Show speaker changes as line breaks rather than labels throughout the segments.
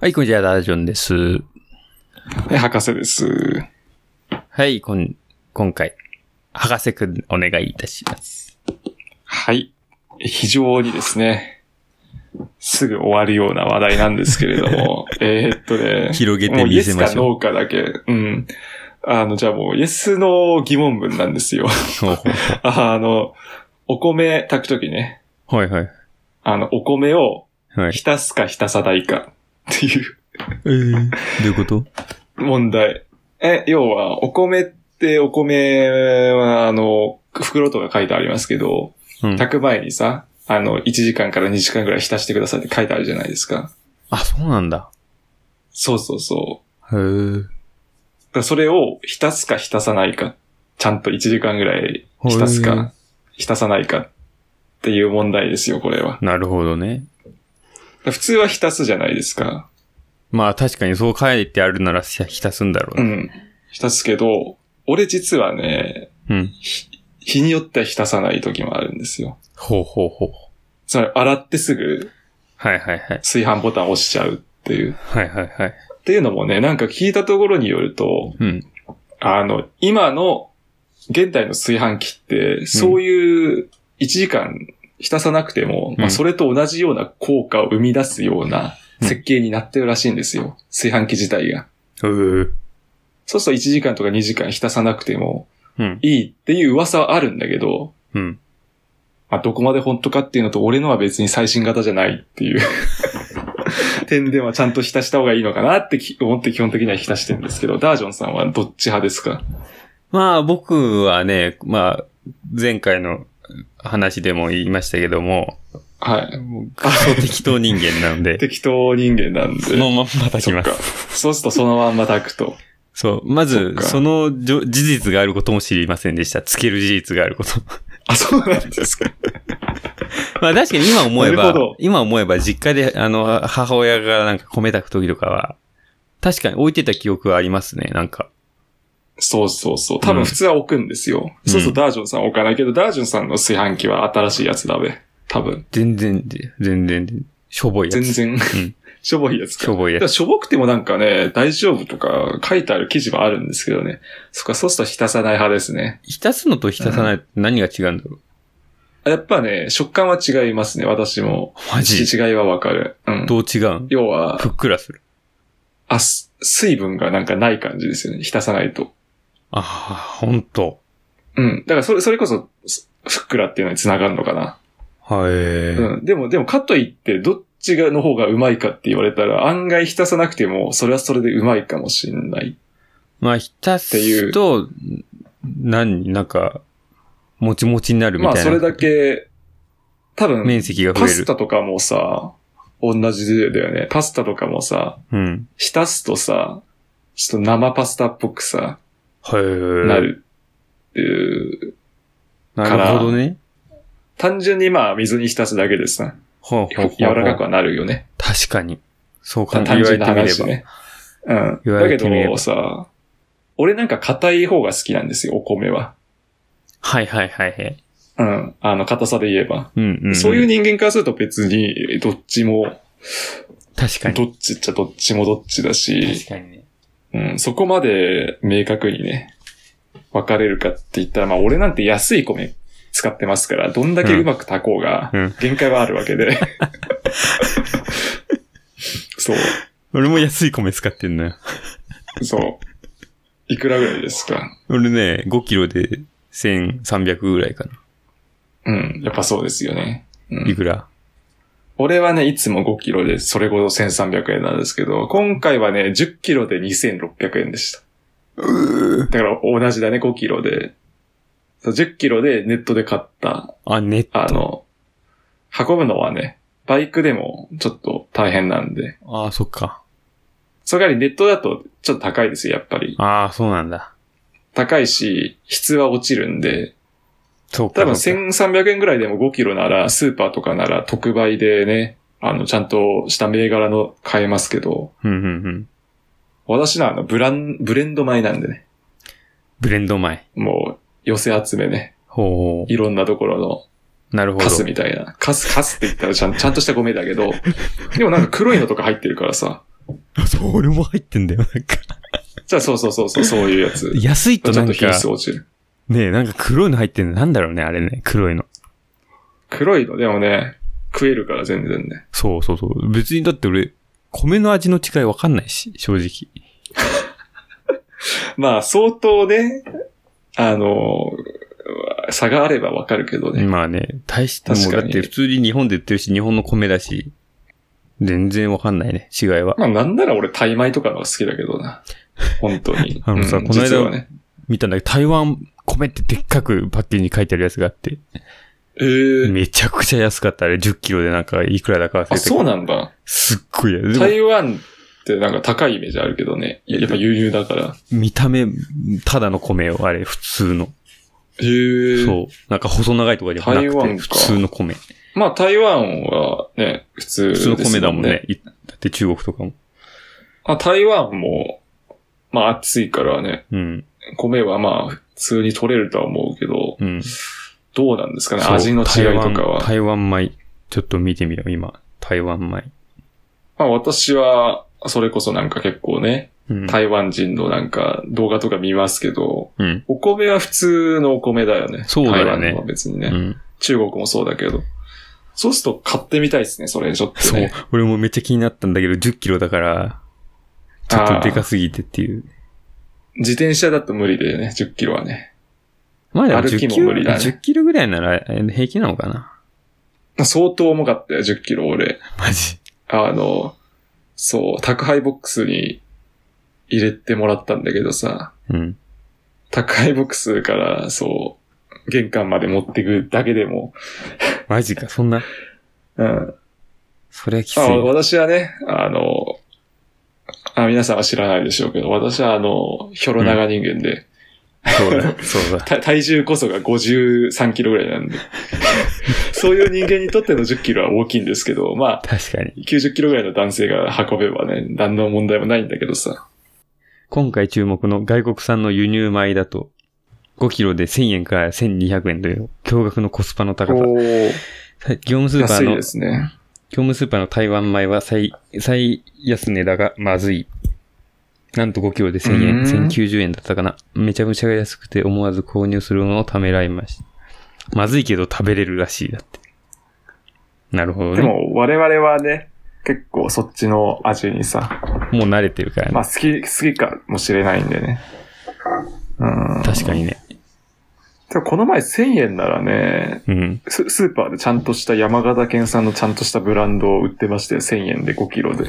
はい、こんにちは、ダージョンです。
はい、博士です。
はい、こん、今回、博士くん、お願いいたします。
はい。非常にですね、すぐ終わるような話題なんですけれど も、えーっとね、
広げ
も
て
うイ
み
エ
せ
ス
ま
か
しょ
ノーかだけ、うん。あの、じゃあもう、イエスの疑問文な んですよ。
う。ほうほう
あの、お米炊くときね、
ほうはいはい。
あの、お米を
はい。
浸すか浸さないかっていう
えー、どういうこと
問題。え、要は、お米って、お米は、あの、袋とか書いてありますけど、
うん。
炊く前にさ、あの、1時間から2時間ぐらい浸してくださいって書いてあるじゃないですか。
あ、そうなんだ。
そうそうそう。
へー
だからそれを浸すか浸さないか。ちゃんと1時間ぐらい浸す
ほえ
か、浸さないかっていう問題ですよ、これは。だか
なるほどね。
ら普通は浸すじゃないですか。
まあ確かにそう書いてあるならひ浸すんだろ
う
うね。
ん。浸すけど、俺実はね、
うん。
日によっては浸さない時もあるんですよ。
ほうほうほう。
つまり、洗ってすぐ
はいはいはい。
炊飯ボタン押しちゃうっていう。
はいはいはい。
っていうのもね、なんか聞いたところによると、
うん。
あの、今の、現代の炊飯器って、そういう1時間浸さなくても、
うん
まあそれと同じような効果を生み出すような
うん
設計になってるらしいんですよ。炊飯器自体が。
うー
そうすると1時間とか2時間浸さなくても
うん。
いいっていう噂はあるんだけど、
うん。
まあどこまで本当かっていうのと、俺のは別に最新型じゃないっ ていう点ではちゃんと浸した方がいいのかなってき思って基本的には浸してるんですけど、ダージョンさんはどっち派ですか
まあ僕はね、まあ前回の話でも言いましたけども、
はい。
クソ適当人間なんで、
適当人間なんで。
そ のまんま炊き
そっ
ま
か
す。。
そうするとそのまんま炊くと。
そう。ま
そっ
ず、
か
そのじょ事実があることも知りませんでした。つける事実があること。
あ、そうなんですか。
まあ確かに今思え
なる
ば
ほど、
今思えば実家で、あの、母親がなんか米炊く時とかは、確かに置いてた記憶はありますね、なんか。
そうそうそう。多分普通は置くんですよ。
うん
そうそう、ダージョンさんは置かないけど、ダージョンさんの炊飯器は新しいやつだべ。多分。
全然、全然、しょぼいや
全
つ。
然、
ん
しょぼいやつ
し
か
ょ。ぼい
で
や
も
つ。
しょぼくてもなんかね、大丈夫とか書いてある記事はあるんですけどね。そっか、そうすると浸さない派ですね。
浸すのと浸さないと何が違うんだろう。
やっぱね、食感は違いますね、私も。
マジ
違いはわかる。うん。
どう違うん
要は、
ふっくらする。
あ、す水分がなんかない感じですよね、浸さないと。
ああ、ほんと。
うん。だからそれ、それこそ、すふっくらっていうのに繋がるのかな。
はい。
うん。でも、でも、かといって、どっちがの方がうまいかって言われたら、案外浸さなくても、それはそれでうまいかもしんない。
まあ、浸すと、何、なんか、もちもちになるみ
ま
たい
あ、
な。
それだけ、多分
面、積が増
パ
え
ス
る。
タとかもさ、同じだよね。パスタとかもさ、
うん。
浸すとさ、ちょっと生パスタっぽくさ、
はい。
な。るっていう。
なるほどね。
単純にまあ、水に浸すだけでさ、
ほうほうほうほう
柔らかくはなるよね。
確かに。そうか、
た
言
単
われ
純な
てみれ
話
ば。
ね。うん。
言わ
だ
れ
け
てみれば
どさ、俺なんか硬い方が好きなんですよ、お米は。
はいはいはいはい。
うん。あの、硬さで言えば。
うんうん、うん。
そういう人間からすると別に、どっちも、
確かに。
どっちっちゃどっちもどっちだし
確、かにね。
うん、そこまで明確にね、分かれるかって言ったら、まあ俺なんて安い米使ってますから、どんだけうまく炊こうが
うんうん、
限界はあるわ けで。そう、
俺も安い米使ってんのよ。
そう。いくらぐらいですか
俺ね、5キロで1300ぐらいかな。
うん、やっぱそうですよね。うん
いくら
俺はね、いつも5キロでそれほど1300円なんですけど、今回はね、10キロで2600円でした。
う
だから同じだね、5キロで。そう10キロでネットで買った、
あ、ね、
あの、運ぶのはね、バイクでもちょっと大変なんで。
ああ、そっか。
それからネットだとちょっと高いですよ、やっぱり。
ああ、そうなんだ。
高いし、質は落ちるんで、
そうか。
多分
そうか
1300円ぐらいでも5キロなら、スーパーとかなら特売でね、あの、ちゃんとした銘柄の買えますけど、
うんうんうん。
私のあの、ブラン、ブレンド米なんでね。
ブレンド米。
もう、寄せ集めね。
ほ
いろんなところ
う。なる
の
ほど
カ。スみ たいな。カス、カスって言ったらちゃんちゃんとした米だけど、でもなんか黒いのとか入ってるからさ、
そう、俺も入ってんだよ。なんか、
じゃあ、そうそうそうそう、そういうやつ。
安い
ち
と
ょっ
なん
と品質
か、
落ちる。
ねえ、なんか黒いの入ってんの。なんだろうね、あれね。黒いの。
黒いの、でもね、食えるから全然ね。
そうそうそう。別にだって俺、米の味の違いわかんないし、正直。
まあ、相当ね、あの、差があればわかるけどね。
まあね、大しても
確
う
か
だ
に
って普通に日本で売ってるし、日本の米だし、全然わかんないね、違いは。。
まあ、なんなら俺、タイ米とかのが好きだけどな。本当に
あのさ
うん
この間
実はね。
見たんだけど、台湾米ってでっかくパッケージに書いてあるやつがあって、
えー、
めちゃくちゃ安かった。あれ10キロでなんかいくらだか忘れて
あ、そうなんだ。
すっごい安い。でも
台湾ってなんか高いイメージあるけどね。やっぱ輸入だから。
見た目、ただの米よ、あれ、普通の。
へえ。
そう。なんか細長いとかじゃな
台
くて、
湾か
普通の米。
まあ、台湾はね、普通
普
です
通
よ
の米だもんね。。いだって中国とかも。
あ、台湾も、まあ、暑いからね、
うん。
米はまあ、普通に取れるとは思うけど、
うん。
どうなんですかね、
そう
味の違いとかは。
台湾台湾米。ちょっと見てみよう、今。台湾米。
まあ、私は、それこそなんか結構ね、
うん。
台湾人のなんか動画とか見ますけど、
うん。
お米は普通のお米だよね。
そうだよね
台湾のは別にね、
うん。
中国もそうだけど。そうすると買ってみたいですね、それちょっと
そう
ね。。
俺もめっちゃ気になったんだけど、10キロだから、ちょっとでかすぎてっていう。
自転車だと無理でね、10キロはね。
まあでも
歩
10
き
キ
も
ロ、
無理だね
10キロぐらいならえ平気なのかな
相当重かったよ、10キロ俺。
マジ。
あの、そう、宅配ボックスに入れてもらったんだけどさ、
うん。
宅配ボックスから、そう、玄関まで持ってくだけでも、
マジか、そんな。
うん。
それはきつい
ま
な。
あ、私はね、あの、あ皆さんは知らないでしょうけど、私はあの、ひょろ長人間で、
そうだ、そうだ。
た体重こそが53キロぐらい なんで、そういう人間にとっての10キロは大きいんですけど、まあ、
確かに。
90キロぐらいの男性が運べばね、何の問題もないんだけどさ。
今回注目の外国産の輸入米だと、5キロで1000円から1200円という驚愕のコスパの高さ。
おー
業務スーパ
安
ー
い
の
で、すね。
業務スーパーの台湾米は最、最安値だがまずい。なんと5キロで1000円、
うーん
1090円だったかな。めちゃくちゃ安くて思わず購入するのをためらいました。まずいけど食べれるらしいだって。なるほど
で
ね。も
も、我々はね、結構そっちの味にさ、
う慣れてるからね。
まあ好き、好きかもしれないんでね。うん。
確かにね。
でもこの前1000円ならね、
うん。
ススーパーでちゃんとした山形県産のちゃんとしたブランドを売ってましたよ。1000円で5キロで。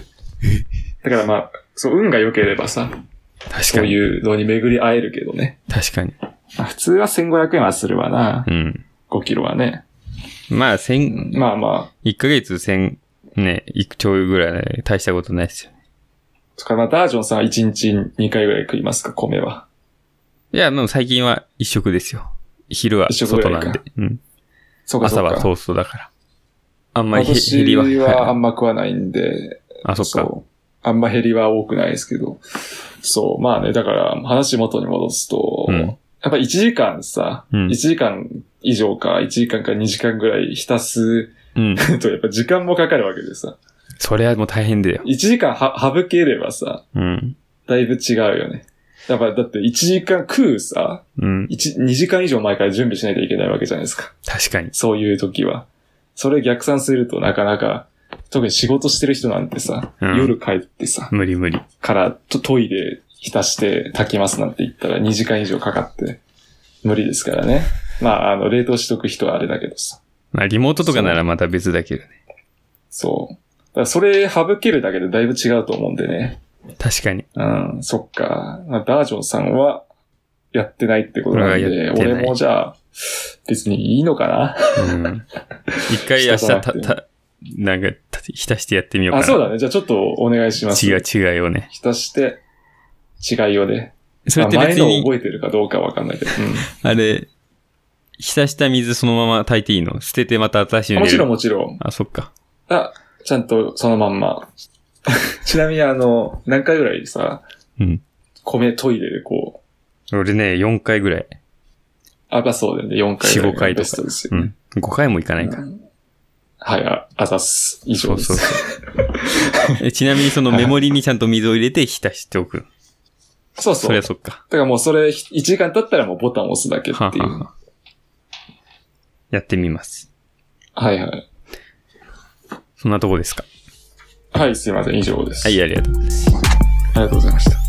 だからまあ、そう、運が良ければさ、
確か
そう
に。
いうのに巡り会えるけどね。
確かに。
まあ普通は1500円はするわな
う、ん。
5キロはね。
まあ、千、
まあま
1ヶ月千、ね、いくちょいぐらい大したことないですよ。
あ、とかまあ、ダージョンさんは1日2回ぐらい食いますか、米は。
いや、もう最近は一食ですよ。昼は
一食ぐ
外
ら
ない
か
んで。うん。
そうかそう
朝
か。
はトーストだから。あんまりへ
私
減りは。
はあ
はい
んま食わないんで、
あ、そっか。
うあんま減りは多くないですけど。そう。まあね、だから話元に戻すと、
うん
やっぱ1時間さ、
うん
1時間以上か、1時間か2時間ぐらい浸す
うん。
と、やっぱ時間もかかるわけでさ。
それはもう大変だよ。
1時間は省ければさ、
うん。
だいぶ違うよね。やっぱだって1時間食うさ、
うん。
1 2時間以上前から準備しないといけないわけじゃないですか。
確かに。
そういう時は。それ逆算するとなかなか、特に仕事してる人なんてさ、
うん
夜帰ってさ、
無理無理。
からとトイレ浸して炊きますなんて言ったら2時間以上かかって、無理ですからね。まあ、あの、冷凍しとく人はあれだけどさ。
まあ、リモートとかならまた別だけどね。
そう。だからそれ省けるだけでだいぶ違うと思うんでね。
確かに。
うん、そっか。まあ、ダージョンさんはやってないってことなん
俺は
で、
やってない
俺もじゃあ、別にいいのかな
うん。一回明日、
した
た、
くなくて
た、なんか、た浸してやってみようか
あ、
な。
そうだね。じゃあちょっとお願いします。
違う違うをね。
浸して、違いをね。
それって
まあ
別
前のを
に、
覚えてるかどうかわかんないけど。うん
あれ、浸した水そのまま炊いていいの捨ててまた新しいの
あも
入れ
ち
る
ろんもちろん。
あ、そっか。
あ、ちゃんとそのまんま。 ちなみにあの、何回ぐらいさ、
うん。
米トイレでこ
俺ね、4回ぐらい。
う、あばそうでね、4回ぐらい
4、5回とか
ベストです
う
よね。
ん。5回もいかないか。
うんはい、ああざっす。以上で
そ
す。
うそ えちなみにそのメモリにちゃんと水を入れて浸しておく。
そうそう
そりゃそっか。
だからもうそれ、1時間経ったらもうボタンを押すだけってい
は
う。
はやってみます。
はいはい。
そんなとこですか。
はい、すいません。以上です。
はい、ありがとう。
ありがとうございました。